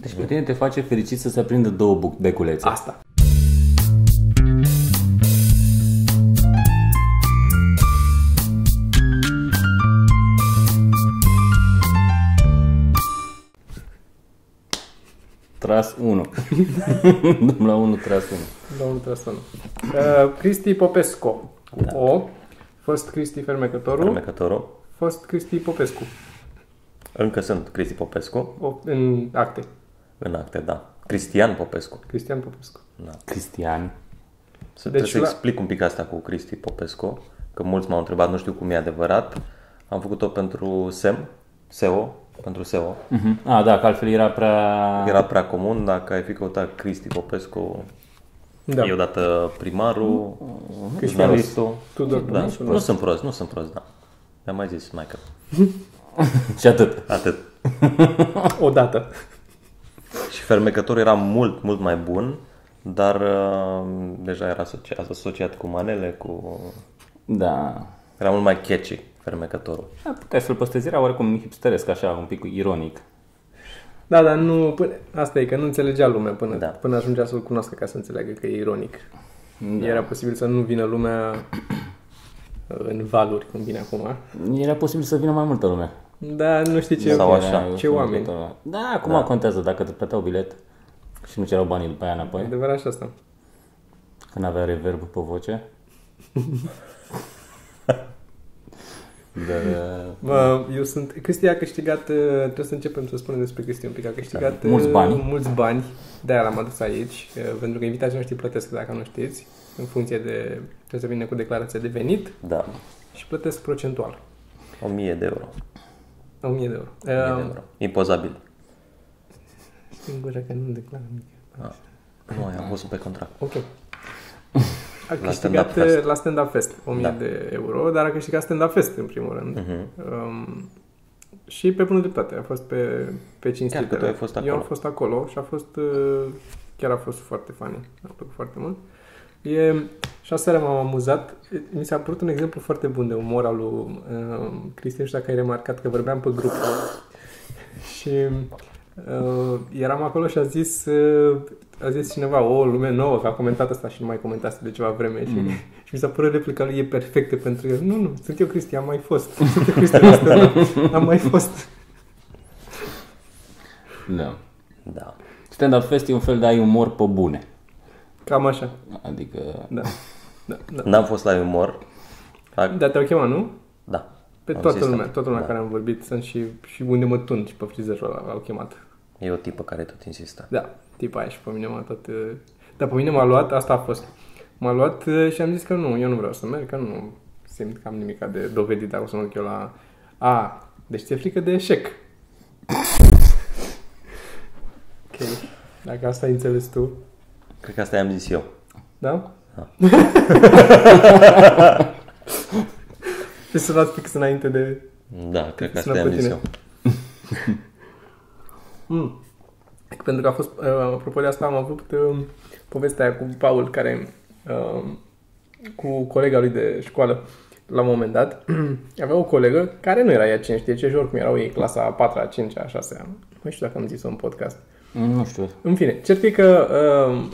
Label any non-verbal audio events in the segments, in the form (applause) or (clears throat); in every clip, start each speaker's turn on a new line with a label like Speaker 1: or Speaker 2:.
Speaker 1: Deci pe tine te face fericit să se prindă două buc- beculețe.
Speaker 2: Asta.
Speaker 1: Tras (laughs) 1. Dăm la 1, tras 1.
Speaker 2: Domnul Trăstănu. Uh, Cristi Popescu. Cu O. Fost Cristi Fermecătorul.
Speaker 3: Fermecătorul.
Speaker 2: Fost Cristi Popescu.
Speaker 3: Încă sunt Cristi Popescu,
Speaker 2: O, în acte.
Speaker 3: în acte, da. Cristian Popescu.
Speaker 2: Cristian Popescu.
Speaker 1: Da. Cristian.
Speaker 3: Să
Speaker 2: Deci
Speaker 3: deci să
Speaker 2: la-
Speaker 3: explic un pic asta cu Cristi Popescu, că mulți m-au întrebat, nu știu cum e adevărat. Am făcut-o pentru SEM, SEO, pentru SEO.
Speaker 1: Mhm. A, da, că altfel era prea...
Speaker 3: Era prea comun, dacă ai fi căutat Cristi Popescu,
Speaker 2: Da.
Speaker 3: e odată primarul,
Speaker 2: Cristi
Speaker 3: jurnalistul.
Speaker 2: Tudor
Speaker 3: Da,
Speaker 2: Tomașu,
Speaker 3: nu sunt prost, nu sunt prost, da. Mi-am mai zis, Michael.
Speaker 1: (laughs) Și atât.
Speaker 3: Atât.
Speaker 2: Odată.
Speaker 3: Și fermecătorul era mult, mult mai bun, dar uh, deja era asociat, asociat cu manele, cu...
Speaker 1: Da.
Speaker 3: Era mult mai catchy fermecătorul.
Speaker 1: Da, puteai să-l păstrezi, era oricum hipsteresc, așa, un pic ironic.
Speaker 2: Da, dar nu, până, asta e că nu înțelegea lumea până, da.
Speaker 3: Da.
Speaker 2: până ajungea să-l cunoască ca să înțeleagă că e ironic. Da. Era posibil să nu vină lumea în valuri, cum vine acum.
Speaker 1: Era posibil să vină mai multă lume.
Speaker 2: Da, nu știi ce
Speaker 3: Sau așa.
Speaker 1: Era
Speaker 2: Ce oameni.
Speaker 1: multă lume. Da, acum da. contează dacă te plăteau bilet și nu cerau banii după aia înapoi,
Speaker 2: Adevărat și asta.
Speaker 1: când avea reverb pe voce. Dar uh,
Speaker 2: Bă, eu sunt... Cristi a câștigat, uh, trebuie să începem să spunem despre Cristi un pic, a câștigat
Speaker 1: Da, mulți
Speaker 2: uh,
Speaker 1: bani.
Speaker 2: mulți bani, de-aia l-am adus aici, uh, pentru că invitații noștri plătesc, dacă nu știți, în funcție de... trebuie să vină cu declarația de venit
Speaker 3: Da,
Speaker 2: și plătesc procentual,
Speaker 3: 1000 de euro.
Speaker 2: 1000 de euro. Um,
Speaker 3: 1000 de euro. Impozabil.
Speaker 2: Singură că nu declară nimic.
Speaker 3: Ah. Nu, am pus pe contract.
Speaker 2: (laughs) Ok. A
Speaker 3: La
Speaker 2: câștigat uh,
Speaker 3: Stand Up Fest.
Speaker 2: la Stand Up Fest 1000
Speaker 3: Da.
Speaker 2: de euro, dar a câștigat Stand Up Fest în primul rând.
Speaker 3: Mhm.
Speaker 2: Um, și pe bună dreptate, a fost pe, pe
Speaker 3: Chiar că
Speaker 2: cinstitele.
Speaker 3: tu ai fost
Speaker 2: Eu
Speaker 3: acolo.
Speaker 2: am fost acolo și a fost, uh, chiar a fost foarte funny, a plăcut foarte mult. E, și aseară m-am amuzat. Mi s-a părut un exemplu foarte bun de umor al lui uh, Cristian și dacă ai remarcat că vorbeam pe
Speaker 3: (laughs)
Speaker 2: grup. și uh, eram acolo și a zis, uh, a zis cineva, o lume nouă, că a comentat asta și nu mai comentase de ceva vreme. Și,
Speaker 3: Mm.
Speaker 2: și mi s-a părut replica lui, e perfectă pentru el. Nu, nu, sunt eu Cristian, am mai fost. (laughs) Sunt eu Cristian, ăsta, am mai fost.
Speaker 1: da.
Speaker 3: Da.
Speaker 1: Stand-up fest e un fel de ai umor pe bune.
Speaker 2: Cam așa,
Speaker 1: Adică
Speaker 2: da. Da, da.
Speaker 3: N-am fost la umor. A-
Speaker 2: Dar te-au chemat, nu?
Speaker 3: Da.
Speaker 2: Pe
Speaker 3: Am
Speaker 2: toată
Speaker 3: zis,
Speaker 2: lumea,
Speaker 3: da.
Speaker 2: toată lumea
Speaker 3: Da.
Speaker 2: care am vorbit, sunt și, și unde mă tund și pe frizerul ăla l-au chemat.
Speaker 3: E o tipă care tot insistă.
Speaker 2: Da, tipa aia și pe mine m-a tot... uh, Dar pe mine m-a luat, asta a fost. M-a luat uh, și am zis că nu, eu nu vreau să merg, că nu simt că am nimic de dovedit, dar o să mă duc eu la... A, deci ți-e frică de eșec. (laughs) ok, dacă asta ai înțeles tu,
Speaker 3: Cred că asta i-am zis eu.
Speaker 2: da? (laughs)
Speaker 3: Da.
Speaker 2: și Deci să luați fix înainte de
Speaker 3: Da, cred că asta
Speaker 2: Sună
Speaker 3: i-am
Speaker 2: pe
Speaker 3: zis
Speaker 2: tine.
Speaker 3: eu.
Speaker 2: Mm. Pentru că a fost, uh, apropo de asta, am avut uh, povestea aia cu Paul, care uh, cu colega lui de școală, la un moment dat, (clears throat) avea o colegă care nu era ea cine știe ce și oricum erau ei clasa a 4 a 5 a 6 a Nu știu dacă am zis-o în podcast.
Speaker 1: nu știu.
Speaker 2: În fine, cert e că uh,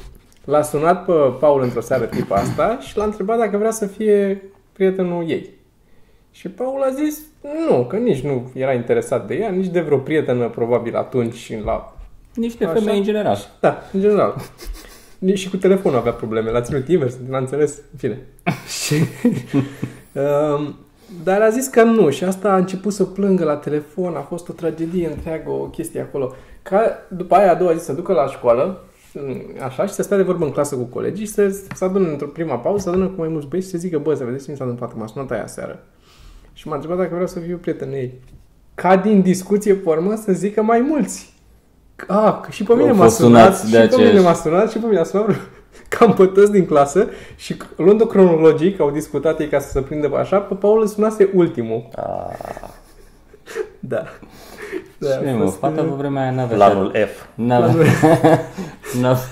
Speaker 2: l-a sunat pe Paul într-o seară tipa asta și l-a întrebat dacă vrea să fie prietenul ei. Și Paul a zis nu, că nici nu era interesat de ea, nici de vreo prietenă probabil atunci și la...
Speaker 1: Nici de
Speaker 2: Așa.
Speaker 1: femei în general.
Speaker 2: Da, în general. Nici și cu telefonul avea probleme, l-a ținut invers, l-a înțeles, în fine. Și, um, dar a zis că nu și asta a început să plângă la telefon, a fost o tragedie întreagă, o chestie acolo. Ca după aia a doua zi să ducă la școală, m, așa, și să stea de vorbă în clasă cu colegii și să, să adună într-o prima pauză, să adună cu mai mulți băieți și să zică, bă, să vedeți ce mi s-a întâmplat, că m-a sunat aia seară. Și m-a întrebat dacă vreau să fiu prieten ei. Ca din discuție pe urmă să zică mai mulți. A, că și pe mine
Speaker 1: Au
Speaker 2: m-a
Speaker 1: fost
Speaker 2: sunat,
Speaker 1: sunați
Speaker 2: și
Speaker 1: de
Speaker 2: pe mine
Speaker 1: acești.
Speaker 2: m-a sunat, și pe mine a sunat vreo- (laughs) cam pe toți din clasă și luând-o cronologic, au discutat ei ca să se prindă așa, pe Paul îl sunase ultimul.
Speaker 3: A,
Speaker 2: Da.
Speaker 1: Și mă,
Speaker 2: uh,
Speaker 1: fata pe vremea aia n-avea
Speaker 3: planul F.
Speaker 1: N-avea, (laughs) n-avea,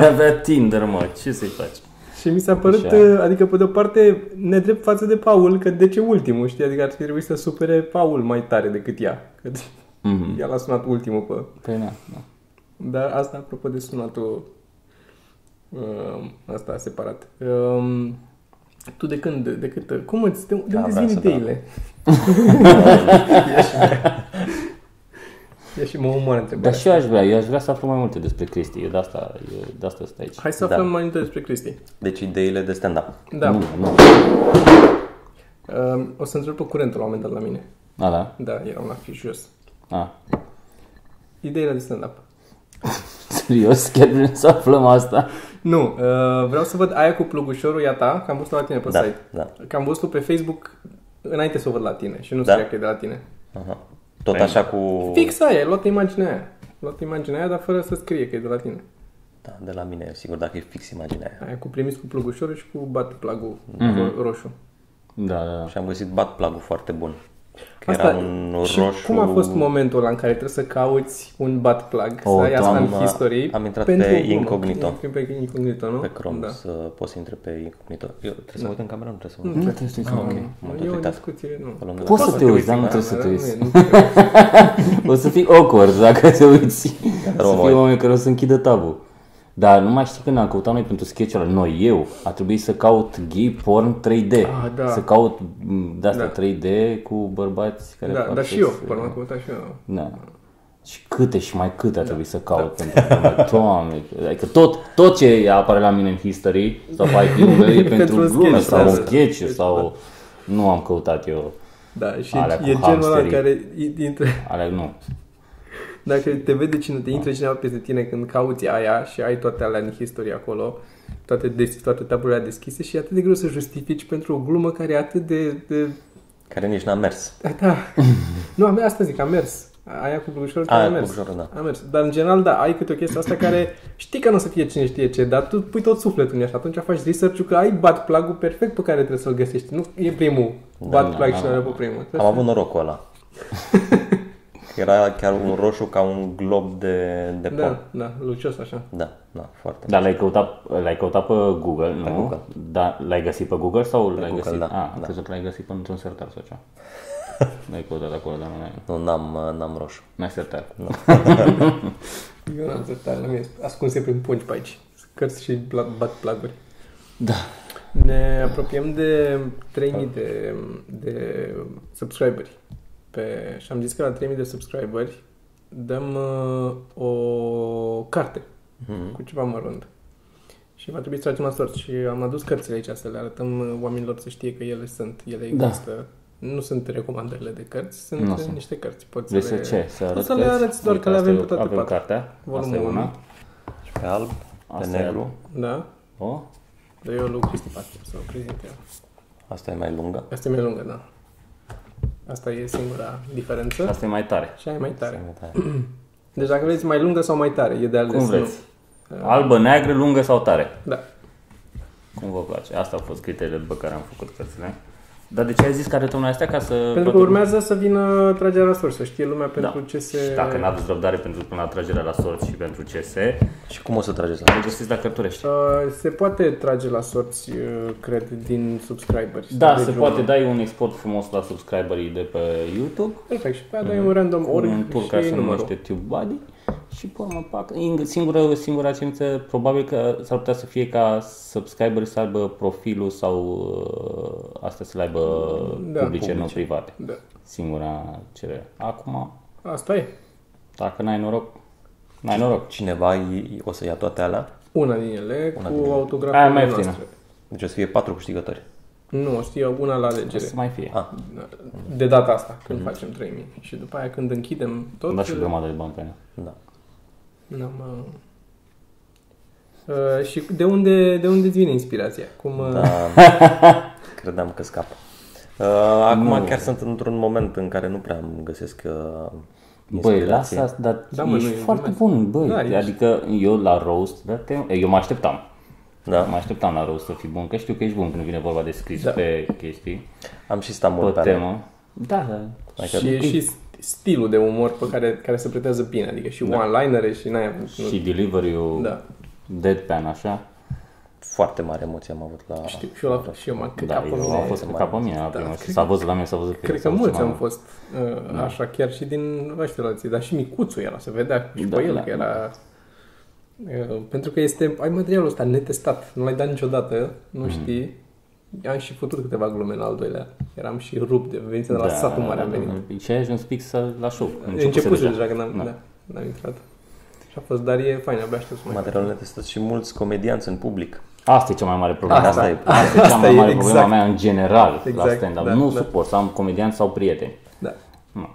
Speaker 1: n-avea Tinder, mă, ce să-i faci?
Speaker 2: Și mi s-a părut,
Speaker 1: Așa.
Speaker 2: adică pe de-o parte, nedrept față de Paul, că de ce ultimul, știi? Adică ar fi trebuit să supere Paul mai tare decât ea. Că
Speaker 1: Mhm.
Speaker 2: ea l-a sunat ultimul pe...
Speaker 1: Păi na, na.
Speaker 2: Dar asta apropo de sunatul um, asta separat. Um, tu de când, de cât, cum îți, de, de
Speaker 3: Da,
Speaker 2: unde îți
Speaker 3: vreau
Speaker 2: vin
Speaker 3: să dau.
Speaker 2: ideile? Ia Da, și mă omoară întrebarea.
Speaker 1: Dar și eu aș vrea, eu aș vrea să aflu mai multe despre Cristi, eu de asta, eu de asta sunt aici.
Speaker 2: Hai să
Speaker 3: Da.
Speaker 2: aflăm mai multe despre Cristi.
Speaker 3: Deci ideile de stand-up.
Speaker 2: Da.
Speaker 1: Nu, nu.
Speaker 2: Um, o să întreb curentul la un moment dat la mine.
Speaker 1: A, da?
Speaker 2: Da, era un afiș jos.
Speaker 1: A. (laughs)
Speaker 2: Ideile de stand-up.
Speaker 1: Serios? Chiar vrem să aflăm asta?
Speaker 2: Nu, uh, vreau să văd aia cu plugușorul, ea ta, că am văzut la tine pe
Speaker 3: Da,
Speaker 2: site.
Speaker 3: da.
Speaker 2: Că am văzut pe Facebook înainte să o văd la tine și nu
Speaker 3: Da.
Speaker 2: da. știa că e de la tine.
Speaker 3: Aha. Tot așa cu...
Speaker 2: Fix aia, ai luat imaginea aia. Ai Luat imaginea aia, dar fără să scrie că e de la tine.
Speaker 3: Da, de la mine, sigur, dacă e fix imaginea aia.
Speaker 2: Aia cu primis cu plugușorul și cu bat plagul
Speaker 1: Mhm.
Speaker 2: mm-hmm. roșu.
Speaker 1: Da, da, da.
Speaker 3: Și am găsit bat plug foarte bun. Că era un
Speaker 2: și
Speaker 3: roșu...
Speaker 2: cum a fost momentul ăla în care trebuie să cauți un bat plug,
Speaker 1: O,
Speaker 2: să ai asta în
Speaker 1: doamna,
Speaker 2: history?
Speaker 3: am intrat
Speaker 2: pentru
Speaker 3: pe
Speaker 2: o glumă.
Speaker 3: incognito.
Speaker 2: Pe incognito, nu?
Speaker 3: pe Chrome
Speaker 2: Da.
Speaker 3: da. să poți să intre pe incognito. Eu trebuie să mă uit în camera, nu trebuie să mă uit.
Speaker 1: Nu trebuie să te uiți la mine.
Speaker 3: M-am tot
Speaker 2: E o
Speaker 3: uitat.
Speaker 2: discuție, nu.
Speaker 3: Pe lângă-
Speaker 1: Poți să te uiți, dar nu
Speaker 2: Da,
Speaker 1: trebuie să te
Speaker 2: nu
Speaker 1: uiți.
Speaker 2: e- nu trebuie.
Speaker 1: O să fii awkward dacă te uiți.
Speaker 3: Dar
Speaker 1: să
Speaker 3: mă
Speaker 1: fie
Speaker 3: uit.
Speaker 1: oameni care o să închidă tabul. Dar nu mai știi când am căutat noi pentru sketch ăla, noi, eu, a trebuit să caut gay porn 3D.
Speaker 2: Ah, da.
Speaker 1: Să caut mm, de asta
Speaker 2: Da.
Speaker 1: 3D cu bărbați care
Speaker 2: Da,
Speaker 1: fac
Speaker 2: dar și eu,
Speaker 1: sex.
Speaker 2: până am căutat și eu.
Speaker 1: Da. Și câte și mai câte a
Speaker 2: Da.
Speaker 1: trebuit să caut pentru că, doamne, adică tot, tot ce apare la mine în history sau pe itunes e
Speaker 2: (laughs) Pentru
Speaker 1: pentru
Speaker 2: un
Speaker 1: glume
Speaker 2: sketch,
Speaker 1: sau
Speaker 2: da,
Speaker 1: un
Speaker 2: da, da.
Speaker 1: sketch sau nu am căutat eu
Speaker 2: Da, și
Speaker 1: Alea
Speaker 2: Alea
Speaker 1: cu
Speaker 2: e genul ăla
Speaker 1: hamsterii.
Speaker 2: care i- intră,
Speaker 1: alea nu.
Speaker 2: dacă te vede cine, te intră cineva peste tine când cauți aia și ai toate alea în history acolo, toate, des, toate taburile alea deschise și e atât de greu să justifici pentru o glumă care e atât de... de
Speaker 3: Care nici n-a mers.
Speaker 2: da,
Speaker 3: (laughs)
Speaker 2: da. nu, am, asta zic, a mers. Aia cu blușorul
Speaker 3: Aia
Speaker 2: a
Speaker 3: cu
Speaker 2: mers.
Speaker 3: blușorul, da.
Speaker 2: A mers. Dar în general, da, ai câte o chestie asta care știi că nu o să fie cine știe ce, dar tu pui tot sufletul în ea și atunci faci research-ul că ai bat plug perfect pe care trebuie să-l găsești. Nu e primul bat plug
Speaker 1: da,
Speaker 2: și
Speaker 1: da.
Speaker 2: nu pe primul.
Speaker 3: Am avut
Speaker 1: (laughs)
Speaker 3: norocul ăla. Că Era chiar un roșu ca un glob de, de pom. Da.
Speaker 2: Da, da, lucios așa.
Speaker 3: da, da, foarte.
Speaker 1: Dar l-ai căutat, l-ai căutat pe Google, nu? Pe
Speaker 3: Google.
Speaker 1: Da, l-ai găsit pe Google sau l-ai
Speaker 3: Google,
Speaker 1: găsit?
Speaker 3: da,
Speaker 1: Ah, am
Speaker 3: da.
Speaker 1: crezut că l-ai găsit pe într-un sertar sau
Speaker 3: (laughs)
Speaker 1: ceva. L-ai căutat acolo, dar nu ai
Speaker 3: Nu, n-am, uh, n-am roșu.
Speaker 1: n-ai sertar.
Speaker 2: Eu n-am dreptate, la mine sunt ascunse prin pungi pe aici. Cărți și pla- bat plaguri.
Speaker 1: Da.
Speaker 2: Ne apropiem de 3000 de, de subscriberi. Pe, și am zis că la 3000 de subscriberi dăm uh, o carte
Speaker 3: Mhm.
Speaker 2: cu ceva mărunt. Și va trebui să facem la sorți. Și am adus cărțile aici să le arătăm uh, oamenilor să știe că ele sunt, ele
Speaker 1: Da.
Speaker 2: există. Nu sunt recomandările de cărți, sunt
Speaker 1: Nu
Speaker 2: uh,
Speaker 1: sunt.
Speaker 2: niște cărți. Poți
Speaker 1: Vrei
Speaker 2: să
Speaker 1: să
Speaker 2: le...
Speaker 1: ce? Să
Speaker 2: O
Speaker 1: arăt
Speaker 2: să le
Speaker 1: cărți?
Speaker 2: arăți doar
Speaker 1: Uite,
Speaker 2: că le
Speaker 1: asta
Speaker 2: avem
Speaker 1: e-
Speaker 2: pe toate
Speaker 1: Avem
Speaker 2: patru.
Speaker 1: cartea, asta e
Speaker 2: Volumul
Speaker 1: una.
Speaker 2: unu.
Speaker 3: Și pe alb, pe
Speaker 1: Asta e alb.
Speaker 3: negru.
Speaker 2: Da?
Speaker 1: O?
Speaker 2: Dar eu lui Cristi Pache să o prezint eu.
Speaker 3: Asta e mai lungă.
Speaker 2: Asta e mai lungă, da. Asta e singura diferență.
Speaker 1: Asta e mai tare.
Speaker 2: Și aia e mai tare.
Speaker 3: Asta e
Speaker 2: (clears throat) Deci dacă vreți mai lungă sau mai tare, e de ales.
Speaker 1: Cum
Speaker 2: nu. Uh,
Speaker 1: vreți. Albă, neagră, lungă sau tare?
Speaker 2: Da.
Speaker 1: Cum vă place. Asta au fost criteriile după care am făcut cărțile. Dar de ce ai zis că arătăm noi astea ca să...
Speaker 2: Pentru că urmează să vină tragerea la sorți, să știe lumea pentru ce se...
Speaker 1: Da. Și dacă n-aveți răbdare pentru până la tragerea la sorți și pentru CS,
Speaker 3: Și cum o să trageți la
Speaker 1: le găsiți la Cărturești.
Speaker 2: Uh, se poate trage la sorți, uh, cred, din subscriberi.
Speaker 1: Da,
Speaker 2: Deci
Speaker 1: se
Speaker 2: un-
Speaker 1: poate dai un export frumos la subscriberii de pe YouTube,
Speaker 2: Perfect. Și pe aia dai un random org
Speaker 1: Mm. un tool care
Speaker 2: și
Speaker 1: se
Speaker 2: numărul.
Speaker 1: numește TubeBuddy și până mă pac, ing- singura, singura cerință probabil că s-ar putea să fie ca subscriberi să aibă profilul sau uh, astea să le aibă
Speaker 2: Da,
Speaker 1: publice, nu private.
Speaker 2: Da.
Speaker 1: Singura cerere. Acum,
Speaker 2: Asta e.
Speaker 1: dacă n-ai noroc, n-ai noroc.
Speaker 3: Cineva i- o să ia toate alea.
Speaker 2: Una din ele cu autograful
Speaker 1: Aia e mai ieftină.
Speaker 2: noastră.
Speaker 3: Deci o să fie patru câștigători.
Speaker 2: Nu, știu, una la
Speaker 1: Ce
Speaker 2: alegere.
Speaker 1: să mai fie.
Speaker 3: Ah,
Speaker 2: De data asta, când
Speaker 1: Mhm.
Speaker 2: mm-hmm. facem 3000. Și după aia când închidem tot,
Speaker 1: Am dat și o grămadă de bani pe ea.
Speaker 3: da.
Speaker 2: n-am, uh, uh, și de unde, de unde îți vine inspirația? Cum, uh, da.
Speaker 3: Credeam că scap. Uh, acum nu. chiar sunt într-un moment în care nu prea îmi găsesc uh,
Speaker 1: Băi,
Speaker 3: inspirație.
Speaker 1: lasă, dar
Speaker 2: Da,
Speaker 1: da,
Speaker 2: mă,
Speaker 1: mă, ești
Speaker 2: nu e
Speaker 1: foarte
Speaker 2: glumesc.
Speaker 1: bun, băi.
Speaker 2: Da, ești.
Speaker 1: adică eu la roast, da, te, eu mă așteptam. Mă
Speaker 3: Da?
Speaker 1: așteptam la roast să fii bun, că știu că ești bun când vine vorba de scris
Speaker 2: Da.
Speaker 1: da. pe chestii,
Speaker 3: Am și stat
Speaker 1: pe
Speaker 3: mult
Speaker 1: da.
Speaker 3: pe alea.
Speaker 1: temă. Da, da.
Speaker 2: și e și stilul de umor pe care, care se pretează bine, adică și da. one-linere și n-ai avut.
Speaker 1: Și delivery-ul
Speaker 2: Da.
Speaker 1: deadpan, așa.
Speaker 3: Foarte mare emoție am avut la...
Speaker 2: Știu, și eu, la, și eu m-am
Speaker 1: Da,
Speaker 2: da, pe
Speaker 1: eu
Speaker 2: mine. da,
Speaker 1: a fost pe capul mine la prima. și S-a văzut la mine, s-a văzut pe
Speaker 2: Cred că
Speaker 1: s-a văzut
Speaker 2: mulți
Speaker 1: la
Speaker 2: Da. am
Speaker 1: mine.
Speaker 2: fost uh, așa, chiar și din ăștia alții, dar și micuțul era, se vedea și
Speaker 1: Da,
Speaker 2: pe el
Speaker 1: da.
Speaker 2: că era... Uh, Pentru că este, ai materialul ăsta netestat, nu l-ai dat niciodată, nu știi. Am și făcut câteva glume la al doilea. Eram și rupt de venit de la satul mare am venit.
Speaker 1: Da. Și ai ajuns fix să- la show.
Speaker 2: E început deja, deja când am, da. n-am intrat. Și a fost, dar e fain, abia aștept să mai
Speaker 3: Materialul netestat și mulți comedianți în public.
Speaker 1: Asta e cea mai mare problemă.
Speaker 3: Asta
Speaker 1: Asta,
Speaker 3: e.
Speaker 1: e, asta e cea mai
Speaker 2: e,
Speaker 1: mare
Speaker 2: exact.
Speaker 1: problema mea în general
Speaker 2: Exact,
Speaker 1: la stand-up.
Speaker 2: da,
Speaker 1: nu
Speaker 2: da.
Speaker 1: suport să am comedian sau prieteni.
Speaker 2: Da.
Speaker 1: Nu.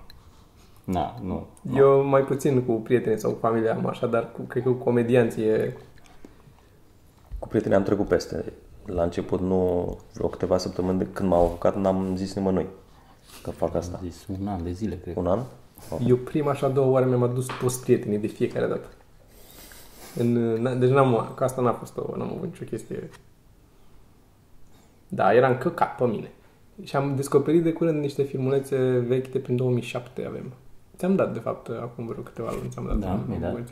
Speaker 1: Da, nu.
Speaker 2: Eu mai puțin cu prietenii sau cu familia am așa, dar cu, cred că cu comedianții e...
Speaker 3: Cu prietenii am trecut peste. La început, nu vreo câteva săptămâni de când m-au avocat, n-am zis nimănui că fac asta.
Speaker 1: Am zis un an de zile, cred.
Speaker 3: Un an?
Speaker 2: Eu prima și a doua oară mi-am adus toți prietenii de fiecare dată. În, n- deci n-am, că asta n-a fost o, n-am avut nicio chestie. Da, era încăcat pe mine. Și am descoperit de curând niște filmulețe vechi de prin 2007 avem. Ți-am dat, de fapt, acum vreo câteva luni ți-am dat.
Speaker 1: Da,
Speaker 2: un-
Speaker 1: mi-ai dat.
Speaker 2: un-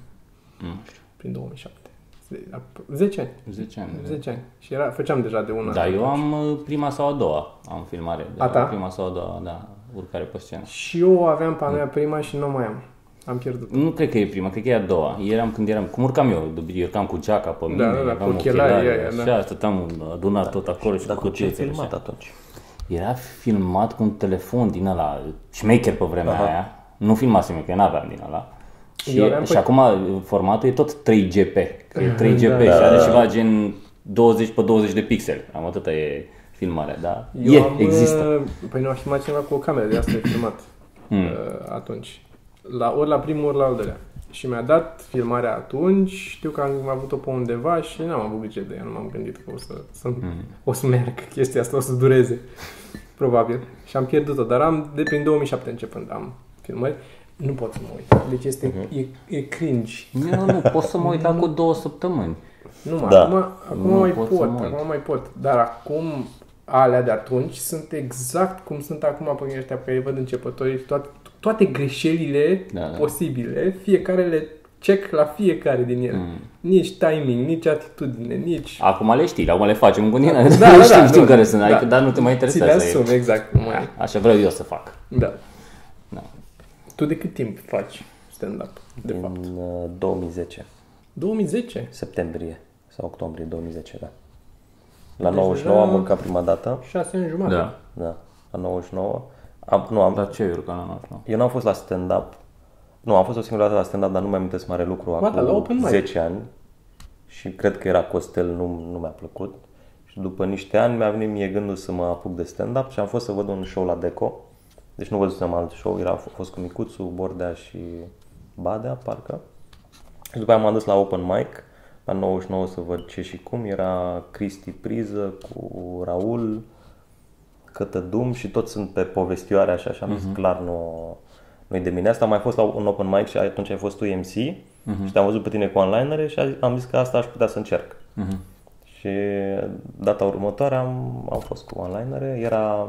Speaker 1: Mm.
Speaker 2: Prin 2007. Ze- ap- 10 ani.
Speaker 1: 10 ani.
Speaker 2: 10 ani. Și era, făceam deja de una.
Speaker 1: Mm. Da, eu am uh, prima sau a doua, am filmare. De
Speaker 2: A
Speaker 1: la
Speaker 2: ta?
Speaker 1: Prima sau a doua, da, urcare pe scenă.
Speaker 2: Și eu aveam pe a mea prima și nu mai am. Am pierdut.
Speaker 1: Nu cred că e prima, cred că e a doua. Eram când eram, cum urcam eu, de obicei urcam cu geaca pe mine,
Speaker 2: da, da,
Speaker 1: aveam
Speaker 2: cu ochelarii aia,
Speaker 1: așa,
Speaker 2: da.
Speaker 1: stăteam adunat tot acolo și
Speaker 3: Dar
Speaker 1: cu
Speaker 3: cu ce ai
Speaker 1: cutiuțele și
Speaker 3: filmat atunci?
Speaker 1: Era filmat cu un telefon din ăla, șmecher pe vremea Aha. aia. Nu filmasem eu, că eu n-aveam din ăla. Și,
Speaker 2: Eu aveam
Speaker 1: și
Speaker 2: pe- Da,
Speaker 1: acum uh, formatul e tot
Speaker 2: (laughs)
Speaker 1: 3GP. Că e 3GP și are ceva gen 20 pe 20 de pixeli. Am atâta e filmarea, da?
Speaker 2: Eu
Speaker 1: e,
Speaker 2: am,
Speaker 1: există. Hmm.
Speaker 2: uh, Păi nu, a filmat cineva cu o cameră, de asta e
Speaker 1: (clears throat)
Speaker 2: filmat mm. atunci. La, ori la primul, ori la al doilea. Și mi-a dat filmarea atunci, știu că am avut-o pe undeva și n-am avut grijă de ea, nu m-am gândit că o să, să mm.
Speaker 1: Hmm.
Speaker 2: (laughs) o să meargă chestia asta, o să dureze. Probabil. Și am pierdut-o, dar am, de prin 2007 începând, am filmări. Nu pot să mă uit. Deci este, e, e cringe.
Speaker 1: Eu nu, pot să mă uit la cu două săptămâni.
Speaker 2: Nu, mă,
Speaker 3: Da.
Speaker 2: acum, acum
Speaker 1: Nu
Speaker 2: mai
Speaker 1: pot
Speaker 2: pot,
Speaker 1: să mă uit.
Speaker 2: acum mai pot. Dar acum alea de atunci sunt exact cum sunt acum pe ăștia pe care îi văd începătorii, toate, toate greșelile
Speaker 1: Da,
Speaker 2: da,
Speaker 1: da.
Speaker 2: da. posibile, fiecare le check la fiecare din ele. Mm. Nici timing, nici atitudine, nici...
Speaker 1: Acum le știi, acum le facem în continuare. (laughs)
Speaker 2: Da, da, da,
Speaker 1: știm, știm
Speaker 2: nu,
Speaker 1: care sunt,
Speaker 2: da.
Speaker 1: adică, dar nu te mai
Speaker 2: Ți le
Speaker 1: interesează.
Speaker 2: asum, exact. Nu mai...
Speaker 1: Așa vreau eu să fac.
Speaker 2: Da.
Speaker 1: Da.
Speaker 2: Tu de cât timp faci stand-up, de fapt?
Speaker 3: În uh, 2010,
Speaker 2: 2010?
Speaker 3: septembrie sau octombrie 2010, da. La 99 am urcat prima dată,
Speaker 2: 6 ani jumătate.
Speaker 1: Da.
Speaker 3: da, la 99. Am, nu, am,
Speaker 1: Dar ce urcă la 99?
Speaker 3: Eu n-am fost la stand-up. Nu, am fost o singură dată la stand-up, dar nu mi-am amintesc mare lucru
Speaker 2: Ba da, la open
Speaker 3: acum
Speaker 2: mic.
Speaker 3: 10 ani. Și cred că era Costel, nu, nu mi-a plăcut. Și după niște ani mi-a venit mie gândul să mă apuc de stand-up și am fost să văd un show la Deco. Deci nu văzusem alt show, era a fost cu Micuțu, Bordea și Badea, parcă. Și după aia m-am dus la open mic, la 99 să văd ce și cum. Era Cristi Priză cu Raul, Cătădum și toți sunt pe povestioare așa și am zis clar nu nu de mine. Asta am mai fost la un open mic și atunci ai fost tu MC și te-am văzut pe tine cu onlinere și a- am zis că asta aș putea să încerc. Și data următoare am, am fost cu onlinere, era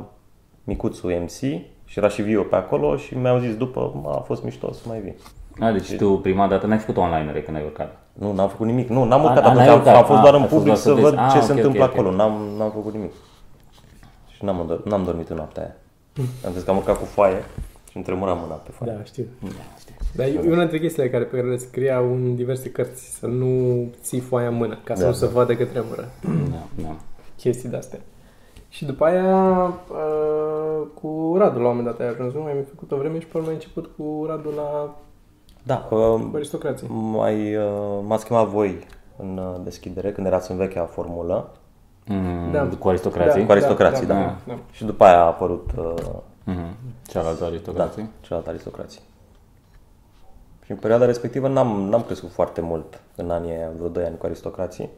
Speaker 3: micuțu MC și era și Vio pe acolo și mi-au zis după, "Mă, a fost mișto să mai vii.
Speaker 1: A, deci tu prima dată n-ai făcut online când ai urcat.
Speaker 3: Nu, n-am făcut nimic. Nu, n-am
Speaker 1: A,
Speaker 3: urcat
Speaker 1: a,
Speaker 3: atunci.
Speaker 1: n-ai
Speaker 3: Am,
Speaker 1: urcat.
Speaker 3: am fost
Speaker 1: A,
Speaker 3: doar
Speaker 1: ai
Speaker 3: în
Speaker 1: fost
Speaker 3: public
Speaker 1: doar să
Speaker 3: să
Speaker 1: vezi.
Speaker 3: văd
Speaker 1: A,
Speaker 3: ce
Speaker 1: ok,
Speaker 3: se
Speaker 1: ok,
Speaker 3: întâmplă
Speaker 1: ok.
Speaker 3: acolo. N-am, n-am făcut nimic. Și n-am, îndor- n-am dormit în noaptea aia. Am zis că am urcat cu foaie și îmi tremura mâna pe foaie.
Speaker 2: Da, știu. Dar e una dintre chestiile care, pe care le scria în diverse cărți, să nu ții foaia în mână, ca să
Speaker 3: Da,
Speaker 2: nu se vadă că tremură.
Speaker 1: Da, da.
Speaker 2: Chestii de-astea. Și după aia, uh, cu Radu la un moment dat ai ajuns, nu? Ai mai făcut o vreme și pe urmă ai început cu Radu la
Speaker 3: Da, um,
Speaker 2: aristocrație.
Speaker 3: mai, uh, m-ați chemat voi în uh, deschidere când erați în vechea formulă
Speaker 1: Mm,
Speaker 2: Da.
Speaker 1: Cu aristocrații?
Speaker 3: Cu aristocrații, da.
Speaker 2: da.
Speaker 3: și după aia a apărut uh,
Speaker 1: Mhm. Cealaltă
Speaker 3: da,
Speaker 1: aristocrație?
Speaker 3: celălalt aristocrații. Și în perioada respectivă n-am, n-am crescut foarte mult în anii aia, vreo 2 ani cu aristocrații.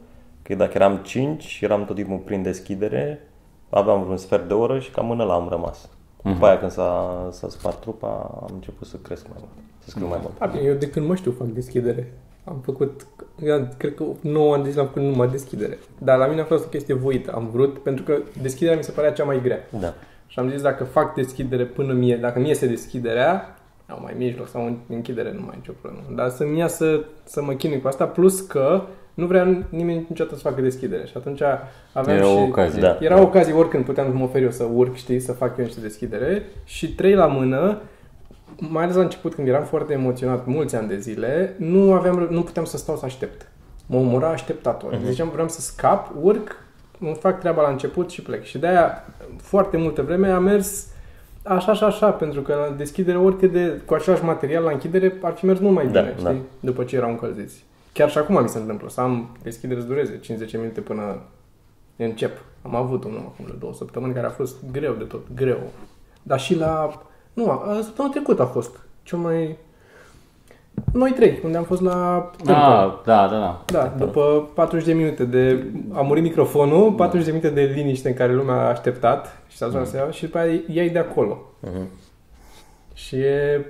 Speaker 3: Că dacă eram 5, eram tot timpul prin deschidere, aveam vreun sfert de oră și cam în ăla am rămas.
Speaker 1: Mhm.
Speaker 3: După aia când s-a, s-a spart trupa, am început să cresc mai mult, să scriu mai mult.
Speaker 2: A, Da, bine, eu de când mă știu fac deschidere. Am făcut, eu cred că 9 ani de zile am făcut numai deschidere. Dar la mine a fost o chestie voită. Am vrut, pentru că deschiderea mi se părea cea mai grea.
Speaker 3: Da.
Speaker 2: Și am zis dacă fac deschidere până mie, dacă mi iese deschiderea, au mai mijloc sau în- închidere, nu mai e nicio problemă. Dar să-mi ia să, să mă chinui cu asta, plus că nu vrea nimeni niciodată să facă deschidere. Și atunci aveam
Speaker 1: Era
Speaker 2: și...
Speaker 1: o ocazie.
Speaker 3: Da.
Speaker 2: Era o ocazie oricând, puteam să mă ofer eu să urc, știi, să fac eu niște deschidere. Și trei la mână, mai ales la început când eram foarte emoționat mulți ani de zile, nu, aveam, nu puteam să stau să aștept. Mă omora așteptator.
Speaker 3: Mhm.
Speaker 2: Uh-huh. Ziceam, vreau să scap, urc, îmi fac treaba la început și plec. Și de-aia foarte multă vreme am mers așa și așa, pentru că la deschidere oricât de, cu același material la închidere ar fi mers mult mai
Speaker 3: Da,
Speaker 2: bine, știi?
Speaker 3: da.
Speaker 2: După ce erau încălziți. Chiar și acum mi se întâmplă să am deschidere să dureze 50 minute până încep. Am avut unul acum de două săptămâni care a fost greu de tot, greu. Dar și la... Nu, a- săptămâna trecută a fost. Ce mai... Noi trei, unde am fost la... Târgu.
Speaker 1: Ah, da, da, da.
Speaker 3: Exact.
Speaker 2: Da, după 40 de minute de... A murit
Speaker 3: Da.
Speaker 2: microfonul, 40 de minute de liniște în care lumea a așteptat și s-a
Speaker 3: Mm.
Speaker 2: dat seama și după aia iei de acolo.
Speaker 3: Mhm.
Speaker 2: Și e,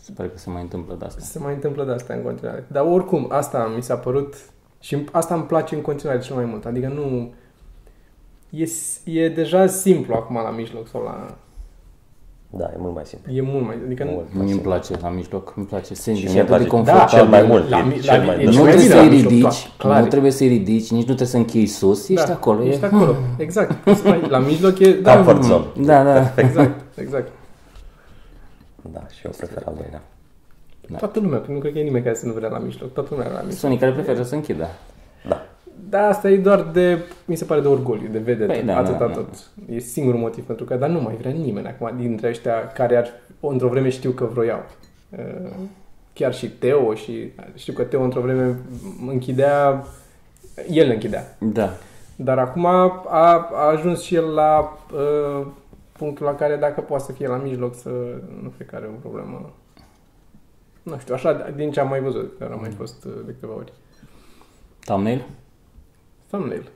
Speaker 1: Sper că se mai întâmplă de asta.
Speaker 2: se mai întâmplă de asta în continuare. Dar oricum, asta mi s-a părut și îmi- asta îmi place în continuare cel mai mult. Adică nu... E, s- e deja simplu acum la mijloc sau la...
Speaker 3: Da, e mult mai simplu.
Speaker 2: E mult mai... Adică nu...
Speaker 3: Mult.
Speaker 1: Mie îmi place la mijloc, îmi place. Se
Speaker 3: Și
Speaker 1: e
Speaker 3: mie îmi
Speaker 1: atât de
Speaker 3: place
Speaker 1: confortabil.
Speaker 3: Da, cel mai mult.
Speaker 2: La
Speaker 3: e
Speaker 2: mi- la
Speaker 3: cel
Speaker 2: mi-
Speaker 3: mai
Speaker 2: e
Speaker 3: mult.
Speaker 2: cel
Speaker 1: Nu
Speaker 2: mai
Speaker 1: trebuie
Speaker 2: bine
Speaker 1: să-i
Speaker 2: la mijloc,
Speaker 1: ridici,
Speaker 2: clar, clar.
Speaker 1: nu trebuie să-i ridici, nici nu trebuie să închei sus, ești acolo.
Speaker 2: Ești
Speaker 1: e-
Speaker 2: acolo,
Speaker 3: Mm.
Speaker 2: exact. Ești mai- la mijloc e...
Speaker 3: Comfort zone.
Speaker 1: Da, da. (laughs)
Speaker 2: Exact, exact.
Speaker 3: Da, și eu prefer al doilea.
Speaker 1: Da.
Speaker 2: Toată lumea, pentru că nu cred că e nimeni care să nu vrea la mijloc. Toată lumea vrea la mijloc.
Speaker 1: Sunt unii care preferă să închidă.
Speaker 3: Da.
Speaker 2: Dar asta e doar de, mi se pare, de orgoliu, de vedetă.
Speaker 1: Păi, da,
Speaker 2: atât,
Speaker 1: da, da.
Speaker 2: atât. E singurul motiv pentru că, dar nu mai vrea nimeni acum dintre ăștia care ar, într-o vreme știu că vroiau. Uh, Chiar și Teo și știu că Teo într-o vreme închidea, el închidea.
Speaker 1: Da.
Speaker 2: Dar acum a, a ajuns și el la uh, punctul la care dacă poate să fie la mijloc să nu cred că are o problemă. Nu știu, așa din ce am mai văzut, care am mai fost uh, de câteva ori.
Speaker 1: Thumbnail? (laughs)
Speaker 2: Thumbnail.